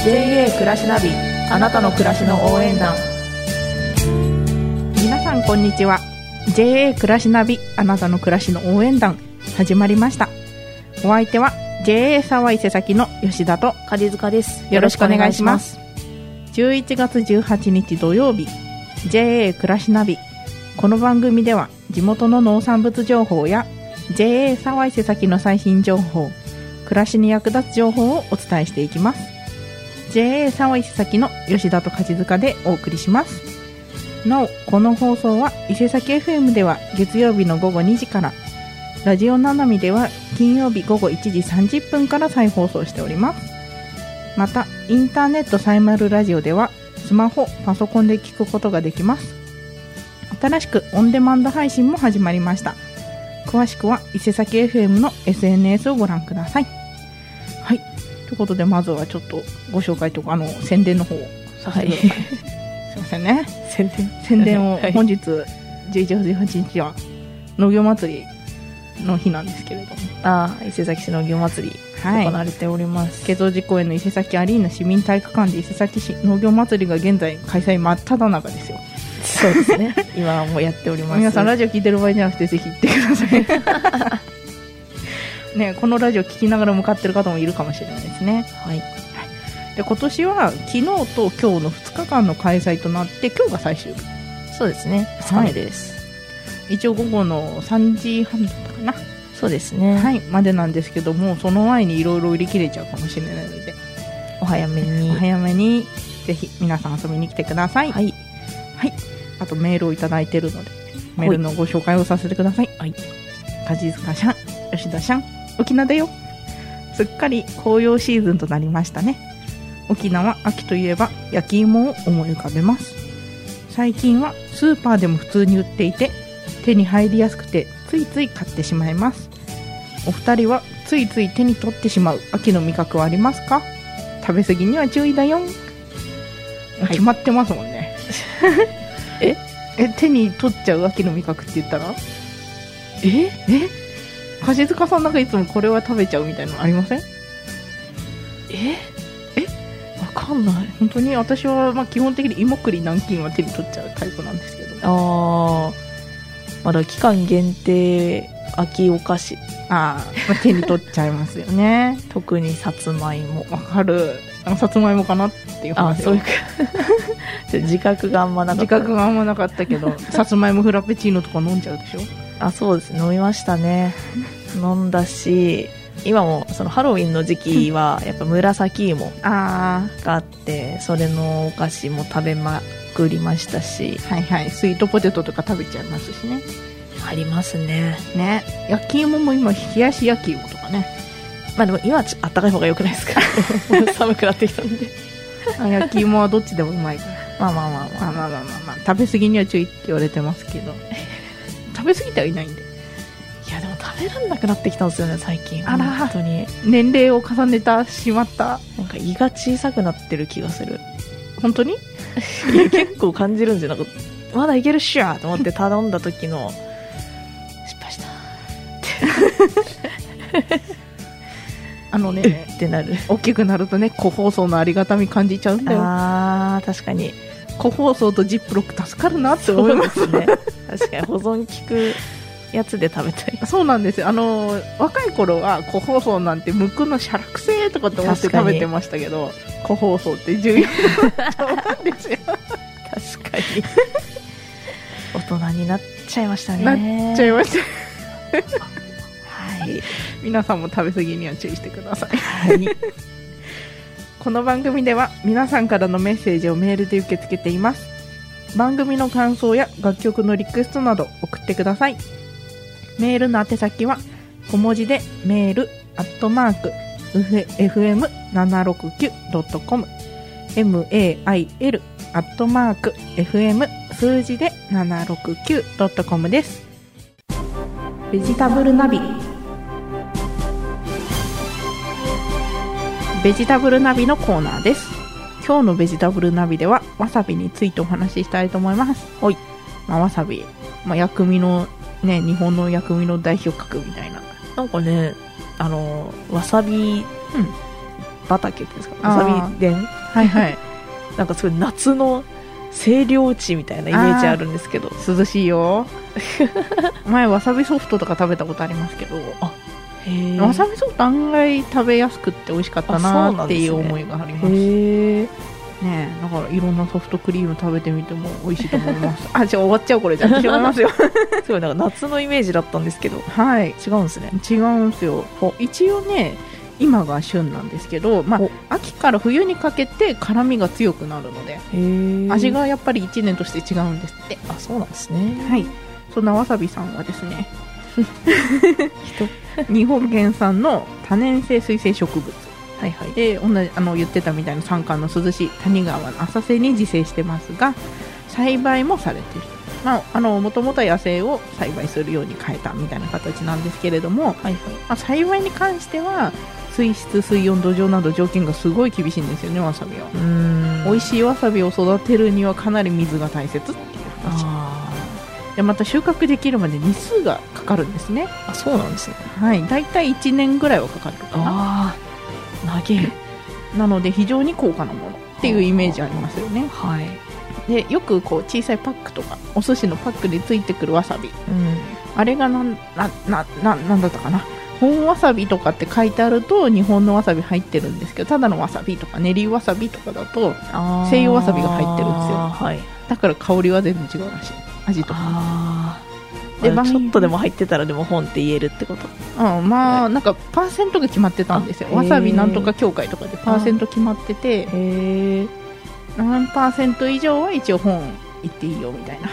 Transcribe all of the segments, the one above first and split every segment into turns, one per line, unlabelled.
暮らしナビあなたの暮らしの応援団
皆さんこんにちは JA 暮らしナビあなたの暮らしの応援団始まりましたお相手は JA 沢伊勢崎の吉田と
梶塚です
よろしくお願いします11月18日土曜日 JA 暮らしナビこの番組では地元の農産物情報や JA 沢伊勢崎の最新情報暮らしに役立つ情報をお伝えしていきます JA 沢伊勢崎の吉田と梶塚でお送りしますなおこの放送は伊勢崎 FM では月曜日の午後2時からラジオななみでは金曜日午後1時30分から再放送しておりますまたインターネットサイマルラジオではスマホパソコンで聞くことができます新しくオンデマンド配信も始まりました詳しくは伊勢崎 FM の SNS をご覧くださいはいということでまずはちょっとご紹介というかあの宣伝の方をさせてください、すいませんね
宣伝
宣伝を
はい
本日11月18日は農業祭りの日なんですけれども
あー伊勢崎市農業祭り
はい
行われております、
慶蔵寺公園の伊勢崎アリーナ市民体育館で伊勢崎市農業祭りが現在開催真っ只中ですよ
そうで すね今もやっております
皆さんラ
ジ
ジオ聞いてる場合じゃなくてぜひ行ってくださ いねこのラジオ聞きながら向かってる方もいるかもしれないですね
オはい
で今年は昨日と今日の2日間の開催となって今日が最終日
そうですね2日目です、
一応午後の3時半だったかな
そうですね、
はい、までなんですけどもその前にいろいろ売り切れちゃうかもしれないので、
お早めに
お早めにぜひ皆さん遊びに来てください、
はい
あとメールをいただいてるのでメールのご紹介をさせてください、
はい、
梶塚しゃん吉田しゃん沖縄だよすっかり紅葉シーズンとなりましたね沖縄秋といえば焼き芋を思い浮かべます最近はスーパーでも普通に売っていて手に入りやすくてついつい買ってしまいますお二人はついつい手に取ってしまう秋の味覚はありますか食べ過ぎには注意だよ、
はい
決まってますもんね
え
え手に取っちゃう秋の味覚って言ったら
え
え梶塚さんなんかいつもこれは食べちゃうみたいなのありません
ええわかんない
本当に私はまあ基本的に芋栗南京は手に取っちゃうタイプなんですけど
あーまだ期間限定秋お菓子
あー、まあ、手に取っちゃいますよね
特にさつまいも
わかるなんかさつまいもかなっていう
あ
話
そういうかちょ自覚があんまなかっ
自
た
覚があんまなかったけ どさつまいもフラペチーノとか飲んじゃうでしょ
あそうです飲みました ね飲んだし今もそのハロウィンの時期はやっぱ紫芋
あ
があってそれのお菓子も食べまくりましたし
あはいはいスイートポテトとか食べちゃいますしね
ありますね
ね焼き芋も今冷やし焼き芋とかね
まあでも今はちょっとあったかい方がよくないです かもう寒くなってきたんで
あ焼き芋はどっちでもうまいから
まあまあまあま
ま
あ
あまあまあまあ、まあ、食べ過ぎには注意って言われてますけど食べ過ぎてはいないんで
いやでも食べられなくなってきたんですよね最近
あら
本当に
年齢を重ねたしまった
なんか胃が小さくなってる気がする
本当に
いや結構感じるんですよなんかまだいけるっしょと思って頼んだ時の 失敗した
あのね
ってなる
大きくなるとね個包装のありがたみ感じちゃうんだよ
あー確かに
個包装とジップロック助かるなって思います
すね確かに保存効くやつで食べたい
そうなんですよあの若い頃は個包装なんてむくのしゃらくせーとかって思って
確か
食
に
べてましたけど個包装って重要なんです よ
確かに大人になっちゃいましたね
なっちゃいました
はい、
皆さんも食べ過ぎには注意してください
はい、
この番組では皆さんからのメッセージをメールで受け付けています番組の感想や楽曲のリクエストなど送ってくださいメールの宛先は小文字でメールアットマーク fm769.com mail アットマーク fm 数字で 769.com ですベジタブルナビベジタブルナビのコーナーです今日のベジタブルナビではわさびについてお話ししたいと思います
おい、
まあ、わさび、まあ、薬味のね日本の薬味の代表格みたいな
なんかねあのわさび
うん
畑っていうんですか
あー
わさび田
はいはい。
なんかすごい夏の清涼地みたいなイメージあるんですけど
涼しい よ。前、わさびソフトとか食べたことありますけど、
へ
わさびソフト案外食べやすくって美味しかった
あそう
な
な
っ
ん
て
ですね
いう思いがあります。
へえ
ねえだからいろんなソフトクリーム食べてみても美味しいと思います。 あ、じゃあ終わっちゃうこれじゃあ。違います よ。
すごいなんか夏のイメージだったんですけど
はい。
違うんですね
違うんですよ一応ね今が旬なんですけど、ま
お
あ、秋から冬にかけて辛みが強くなるので
へえ
味がやっぱり1年として違うんですって、
あそうなんですね
はいそんなわさびさんはですね 日本原産の多年生水生植物
はいはい
で同じあの言ってたみたいな山間の涼しい谷川の浅瀬に自生してますが栽培もされているもともとは野生を栽培するように変えたみたいな形なんですけれども、
はいはい
まあ、栽培に関しては水質水温土壌など条件がすごい厳しいんですよねわさびは、
うーん
美味
い
しいわさびを育てるにはかなり水が大切っていう話
あ
でまた収穫できるまで日数がかかるんですね
ーあそうなんですね
はい大体1年ぐらいはかかるかな
ああ投げ
なので非常に高価なものっていうイメージありますよね
はい
でよくこう小さいパックとかお寿司のパックでついてくるわさび
うん
あれがなんななななんだったかな本わさびとかって書いてあると日本のわさび入ってるんですけどただのわさびとか練りわさびとかだと
あー
西洋わさびが入ってるんですよ
はい
だから香りは全部違うらしい味とか、
あー
で
あ
場合
ちょっとでも入ってたらでも本って言えるってこと
うん、まあなんかパーセントが決まってたんですよ
あ
わさび
へー
なんとか協会とかでパーセント決まってて
へえ
何パーセント以上は一応本行っていいよみたいな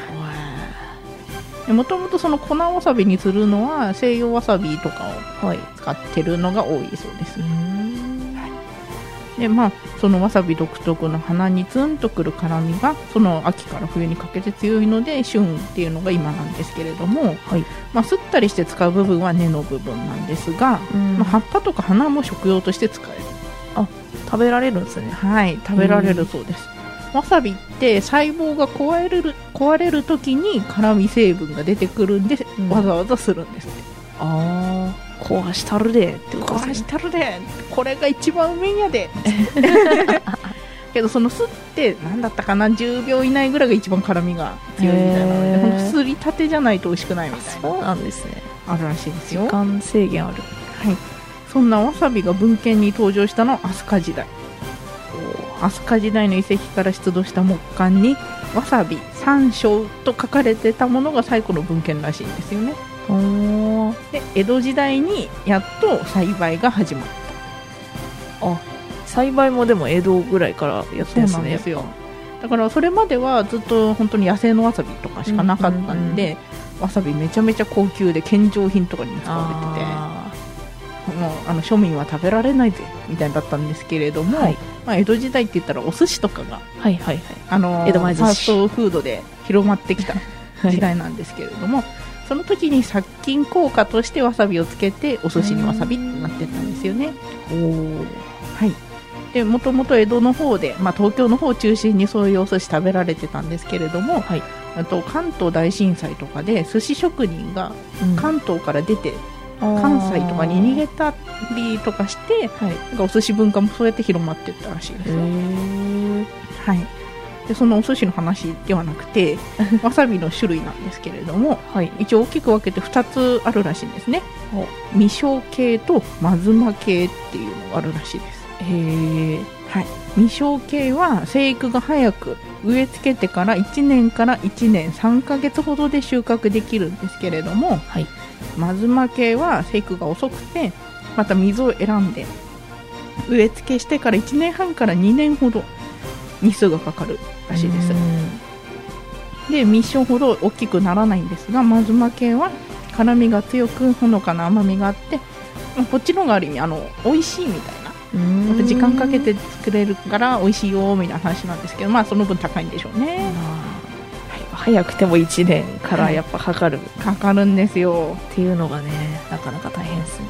もともとその粉わさびにするのは西洋わさびとかを
はいう
使ってるのが多いそうです
ーん
でまあそのわさび独特の鼻にツンとくる辛みがその秋から冬にかけて強いので旬っていうのが今なんですけれども、
はい
まあ、すったりして使う部分は根の部分なんですが、まあ、葉っぱとか花も食用として使える
食べられるんですね
はい食べられるそうですわさびって細胞が壊れる壊れる時に辛み成分が出てくるんで、
うん
わざわざするんですって
ああ壊したるでってこと
壊
です
し
ね
たるでこれが一番うめえんや でけどそのすって何だったかな10秒以内ぐらいが一番辛みが強いみたいなの
へ
で
ー
ほんとすりたてじゃないと美味しくないみたいな
そうなんですね
あるらしいです
時
よ、はい、
間制限ある
そんなわさびが文献に登場したのは飛鳥時代飛鳥時代の遺跡から出土した木簡にわさび山椒と書かれてたものが最古の文献らしいんですよね
おお
で江戸時代にやっと栽培が始まる
栽培もでも江戸ぐらいからや
そう
ってるんで
な
す
ん
ね
ですよだからそれまではずっと本当に野生のわさびとかしかなかったんで、わさびめちゃめちゃ高級で献上品とかにも使われて
あ
てもうあの庶民は食べられないぜみたいだったんですけれども、
はい
まあ、江戸時代って言ったらお寿司とかが、
ーはいはいはい
あの
江戸前寿司
ファーストフードで広まってきた
はい
時代なんですけれども、その時に殺菌効果としてわさびをつけてお寿司にわさびってなってたんですよね。
おお
はい、でもともと江戸の方で、まあ、東京の方を中心にそういうお寿司食べられてたんですけれども、
はい
あと関東大震災とかで寿司職人が関東から出て関
関
西とかに逃げたりとかして
はい
なんかお寿司文化もそうやって広まっていったらしいですよ、
へ
はい、でそのお寿司の話ではなくて わさびの種類なんですけれども
えはい
一応大きく分けて2つあるらしいんですね
お
未生系とまずま系っていうのがあるらしいです
へえ
はい、未生系は生育が早く植え付けてから1年から1年3ヶ月ほどで収穫できるんですけれども、
はい
マズマ系は生育が遅くてまた水を選んで植え付けしてから1年半から2年ほど日数がかかるらしいですで未生ほど大きくならないんですがマズマ系は辛みが強くほのかな甘みがあってまあこっちの方がある意味あの美味しいみたいなやっぱ時間かけて作れるから美味しいよみたいな話なんですけどまあその分高いんでしょうね
早くても1年からやっぱかかるっ
かかるんですよ
ていうのがねなかなか大変ですね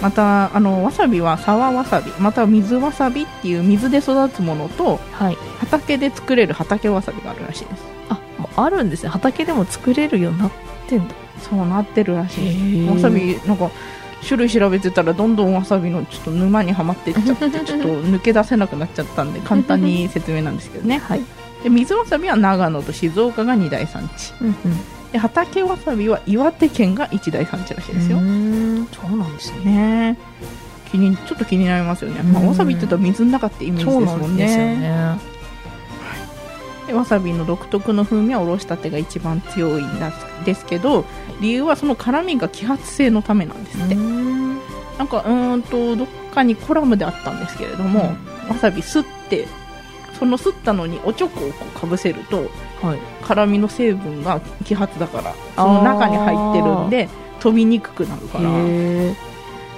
またあのわさびは沢わさびまたは水わさびっていう水で育つものと
はい
畑で作れる畑わさびがあるらしいで
あもうあるんですね畑でも作れるようになってんだ
すそうなってるらしいです
へ
わさびなんか種類調べてたらどんどんわさびのちょっと沼にはまっていっちゃって ちょっと抜け出せなくなっちゃったんで簡単に説明なんですけどね
はい。
で水わさびは長野と静岡が2大産地
うんうん。
で畑わさびは岩手県が1大産地らしいですよ、
そうなんですね。
ねえ気にちょっと気になりますよね、まあ、
うん
わさびって言ったら水の中ってイメージですもんね
ね。
でわさびの独特の風味はおろしたてが一番強いんだですけど理由はその辛みが揮発性のためなんですって、
うん
なんかうーんとどっかにコラムであったんですけれども、わさびすってそのすったのにおちょこをこうかぶせると
はい。
辛みの成分が揮発だからその中に入ってるんで飛びにくくなるから
へえ。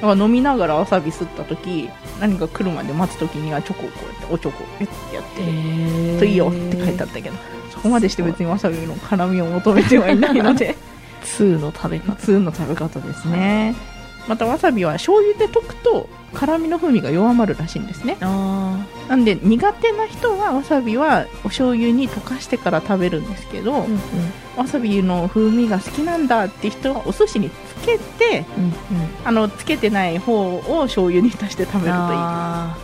だから飲みながらわさび吸った時何か来るまで待つ時にはチョコをこうやっておチョコをペッてやって
え
といいよって書いてあったけどそこまでして別にわさびの辛みを求めてはいないので
2の食べ
普
方。
通の食べ方ですねまたわさびは醤油で溶くと辛みの風味が弱まるらしいんですね
あ
なんで苦手な人はわさびはお醤油に溶かしてから食べるんですけど、
あ。うんうん
わさびの風味が好きなんだって人はお寿司につけて
うん
あのつけてない方を醤油に足して食べるといい
うん。あ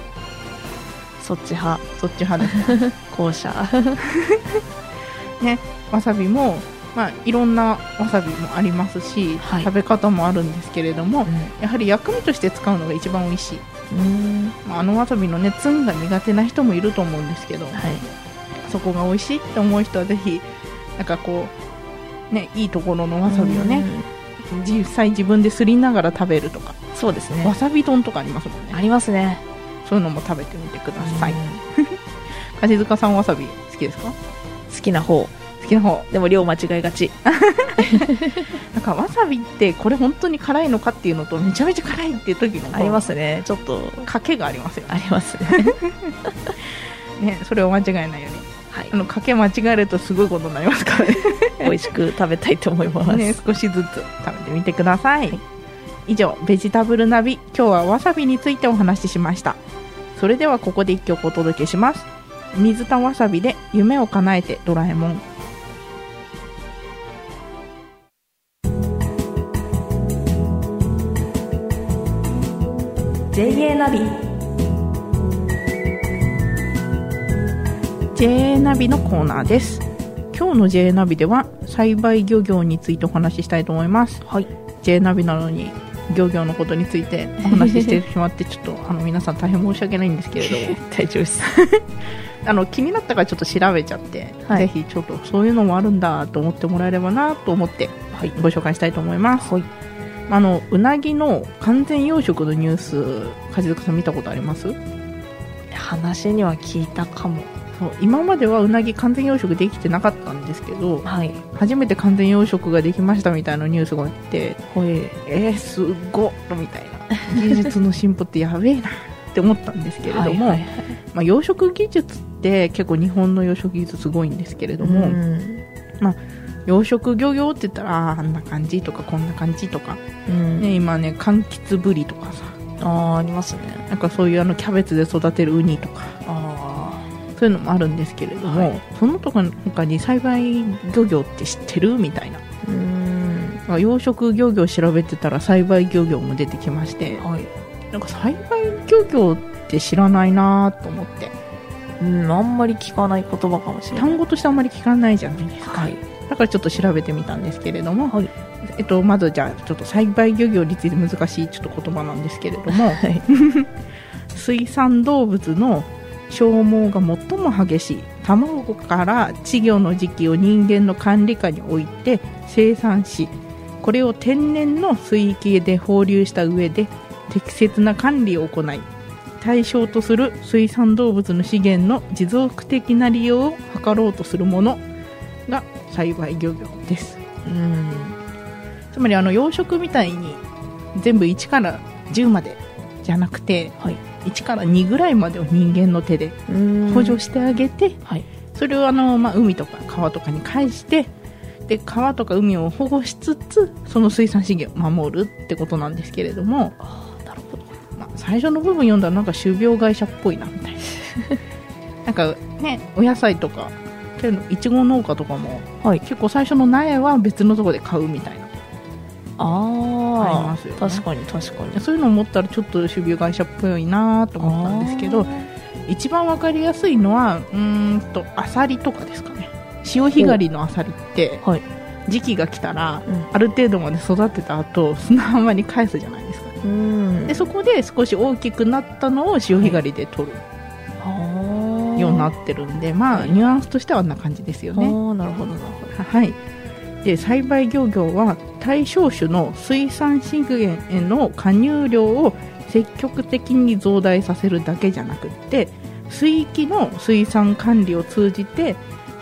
ーそっち派、
そっち派です
後者。
わさびも、まあ、いろんなわさびもありますし、
はい
食べ方もあるんですけれどもやはり薬味として使うのが一番美味しい、
うん。
まあ、あのわさびのねツンが苦手な人もいると思うんですけど
はい。
そこが美味しいって思う人はぜひなんかこうねいいところのわさびをね実際自分ですりながら食べるとか
うん。そうです
わ
ね。
さび丼とかありますもん
あ
ね
りますね。
そういうのも食べてみてください
うん
梶塚さんわさび好きですか
好きな方。
好きな方
でも量間違えがち。
なんかわさびってこれ本当に辛いのかっていうのとめちゃめちゃ辛いっていう時の
ありますすね。ちょっと、
賭けがありますよ
あ
ね
りますね。
ねそれを間違えないように
はい
あ。の賭け間違えるとすごいことになりますからね
美味しく食べたいと思い ます。
ね少しずつ食べてみてください、以上ベジタブルナビ今日はわさびについてお話ししましたそれではここで一曲お届けします水田わさびで夢を叶えてドラえもん
ナビ。
JA ナビのコーナーです今日の JA ナビでは栽培漁業についてお話ししたいと思います
はい。
J ナビなのに漁業のことについてお話ししてしまってちょっとあの皆さん大変申し訳ないんですけれども
大丈夫です。
あの気になったからちょっと調べちゃって、
はい
ぜひちょっとそういうのもあるんだと思ってもらえればなと思って
はい。
ご紹介したいと思います
はい。
あのうなぎの完全養殖のニュース梶塚さん見たことあります
話には聞いたかも。
そう今まではうなぎ完全養殖できてなかったんですけど
はい。
初めて完全養殖ができましたみたいなニュースがあって
ほえ。
えー、すごっみたいな技術の進歩ってやべえなって思ったんですけれども、
はいはい
まあ、養殖技術って結構日本の養殖技術すごいんですけれども、
うん。
養殖漁業って言ったらあーあんな感じとかこんな感じとか、
うん
ね、今ね柑橘ぶりとかさ
ああー、ありますね。
なんかそういうあのキャベツで育てるウニとか
あ
そういうのもあるんですけれども、
はい
その他に栽培漁業って知ってるみたいな
あ。うん。
まあ養殖漁業調べてたら栽培漁業も出てきまして
はい。
なんか栽培漁業って知らないなと思って
うん、あんまり聞かない言葉かもしれない。
単語としてあんまり聞かないじゃないですか、
はい。
だからちょっと調べてみたんですけれども、
はい
えっと、まずじゃあちょっと栽培漁業について難しいちょっと言葉なんですけれども
はい。
水産動物の消耗が最も激しい卵から稚魚の時期を人間の管理下に置いて生産しこれを天然の水域で放流した上で適切な管理を行い対象とする水産動物の資源の持続的な利用を図ろうとするものが栽培漁業です
うん。
つまりあの養殖みたいに全部1から10までじゃなくて、
はい
1から2ぐらいまでを人間の手で
うん
補助してあげて、
はい。
それをあの、まあ、海とか川とかに返してで川とか海を保護しつつその水産資源を守るってことなんですけれども、
ああ、なるほど。
まあ、最初の部分読んだらなんか種苗会社っぽいなみ たいななんかねお野菜とかけどいちご農家とかも、
はい
結構最初の苗は別のところで買うみたいな
ああ。
あり
あ
ますよね
あ確かに確かに
そういうのを思ったらちょっと種苗会社っぽいなと思ったんですけど一番わかりやすいのはうーんとアサリとかですかね潮干狩りのアサリって、
ほうはい
時期が来たら、
うん
ある程度まで育てた後砂浜に返すじゃないですか
うん
でそこで少し大きくなったのを潮干狩りで取る
ああ
ようになってるんで、まあニュアンスとしてはあんな感じですよ
あ
ね
あなるほどなるほど
はいで栽培漁業は対象種の水産資源への加入量を積極的に増大させるだけじゃなくって水域の水産管理を通じて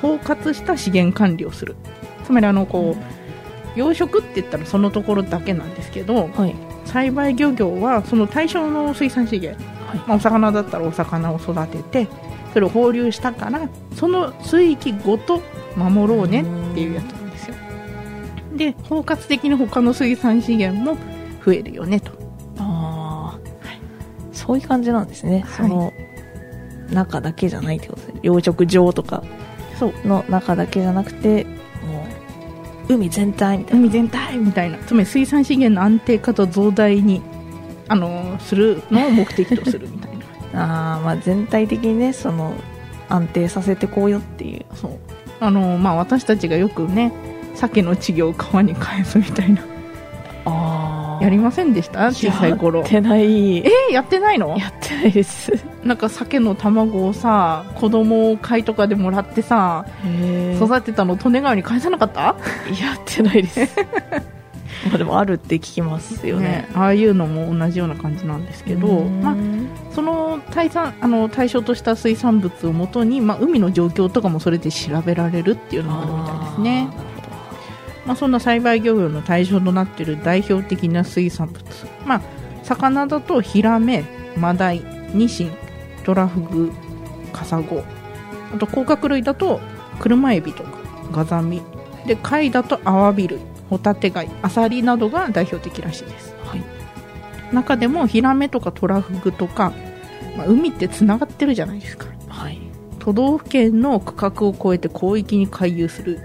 包括した資源管理をするつまりあのこう、養殖って言ったらそのところだけなんですけど、
はい
栽培漁業はその対象の水産資源、
はい
まあ、お魚だったらお魚を育ててそれを放流したからその水域ごと守ろうねっていうやつなんですよで包括的に他の水産資源も増えるよねと
ああ、そういう感じなんですね、
はい
その中だけじゃないってことですね養殖場とか
そう
の中だけじゃなくてもう海全体みたいな
海全体みたいなつまり水産資源の安定化と増大にあのーするのを目的とするみたい な
あー、まあ、全体的にねその安定させてこうよっていう
そうあのーまあ私たちがよくね鮭の稚魚を川に返すみたいな
あ
やりませんでした小さい頃
やってないえ
えやってないの
やってないです
なんか鮭の卵をさ子供を貝とかでもらってさ
育
育てたの利根川に返さなかった
てやってないです まあでもあるって聞きますよね
ああいうのも同じような感じなんですけど、
うん
まあ、その対産あの対象とした水産物をもとに、まあ、海の状況とかもそれで調べられるっていうのがあるみたいですね
あーなるほど
まあ、そんな栽培漁業の対象となっている代表的な水産物、まあ、魚だとヒラメマダイニシントラフグカサゴあと甲殻類だと車エビとかガザミで貝だとアワビ類ホタテ貝アサリなどが代表的らしいです、
はい
中でもヒラメとかトラフグとか、まあ、海ってつながってるじゃないですか
はい
都道府県の区画を超えて広域に回遊する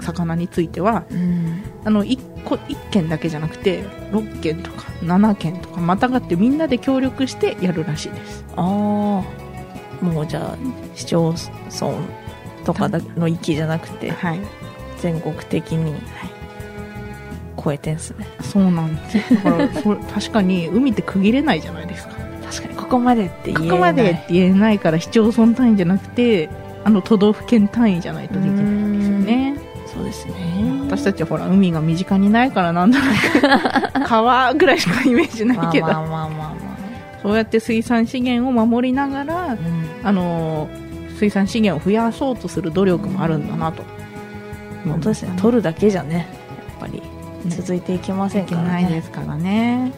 魚については
うん
あの 1, 個1件だけじゃなくて6件とか7件とかまたがってみんなで協力してやるらしいです
ああもうじゃあ市町村とかだの域じゃなくて
はい
全国的に超えてんすね
そうなんですよだからそ 確かに海って区切れないじゃないですか
確かにここまでって言えな
こ
い
こまでって言えないから市町村単位じゃなくてあの都道府県単位じゃないとできないんですよね
そうですね
私たちはほら海が身近にないからなんだろ う川ぐらいしかイメージないけど、
まあまあまあまあま
そうやって水産資源を守りながら
あ、うん
あの水産資源を増やそうとする努力もあるんだなと、
本当ですね取るだけじゃねやっぱり続いていきません
いけ
から
ないで
ね
すからね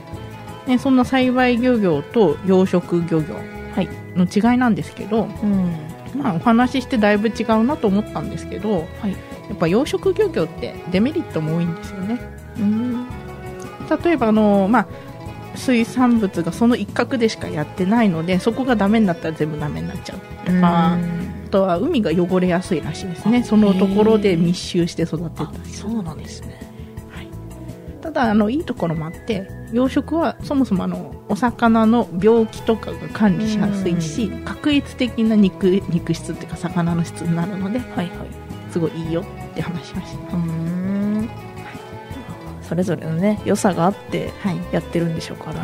ねそんな栽培漁業と養殖漁業
はい
の違いなんですけど、
うん
まあ、お話ししてだいぶ違うなと思ったんですけど、
はい
やっぱ養殖漁業ってデメリットも多いんですよね
うん
例えばあの、まあ、水産物がその一角でしかやってないのでそこがダメになったら全部ダメになっちゃうまああとは海が汚れやすいらしいですねそのところで密集して育てた
あそうなんですね
ただあのいいところもあって養殖はそもそもあのお魚の病気とかが管理しやすいし確率的な肉肉質っていうか魚の質になるので
はいはい
すごいいいよって話しました
うんそれぞれのね良さがあって
はい
やってるんでしょうから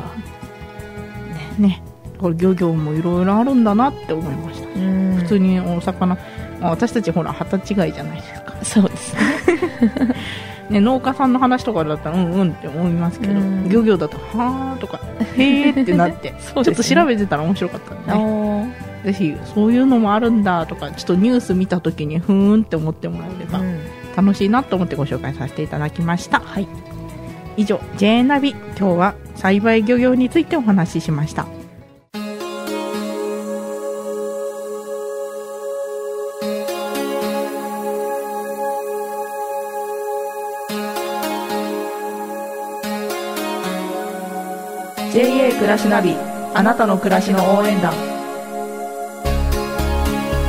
ね
ねこれ漁業もいろいろあるんだなって思いました
普
普通にお魚、まあ私たちほら旗違いじゃないですか、
そうですね
ね、農家さんの話とかだったらうんうんって思いますけど
うん
漁業だとはあとか へえってなって
そう
ち
で
ょっと
すね
調べてたら面白かったんでね
お
ぜひそういうのもあるんだとかちょっとニュース見た時にふーんって思ってもらえれば楽しいなと思ってご紹介させていただきました
はい
以上 J ナビ今日は栽培漁業についてお話ししました暮らしナビあなたの暮らしの応援団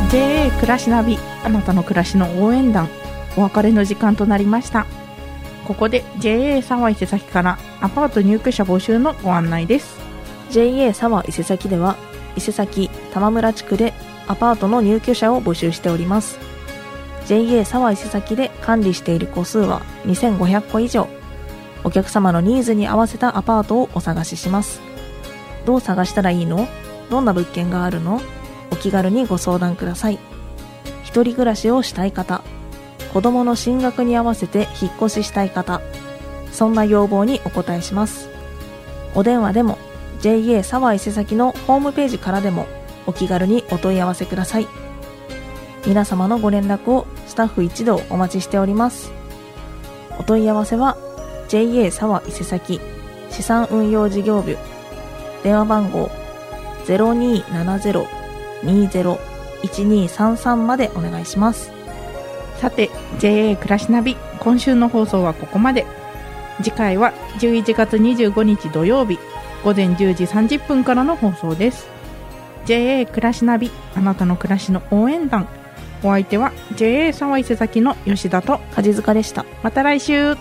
JA 暮らしナビあなたの暮らしの応援団お別れの時間となりましたここで JA 沢伊勢崎からアパート入居者募集のご案内です
JA 沢伊勢崎では伊勢崎玉村地区でアパートの入居者を募集しております JA 沢伊勢崎で管理している戸数は2500戸以上お客様のニーズに合わせたアパートをお探ししますどう探したらいいのどんな物件があるのお気軽にご相談ください一人暮らしをしたい方子供の進学に合わせて引っ越ししたい方そんな要望にお答えしますお電話でも JA 沢伊勢崎のホームページからでもお気軽にお問い合わせください皆様のご連絡をスタッフ一同お待ちしておりますお問い合わせは JA 沢伊勢崎資産運用事業部電話番号0270-20-1233までお願いします
さて JA 暮らしナビ今週の放送はここまで次回は11月25日土曜日午前10時30分からの放送です JA 暮らしナビあなたの暮らしの応援団お相手は JA 沢伊勢崎の吉田と
梶塚でした
また来週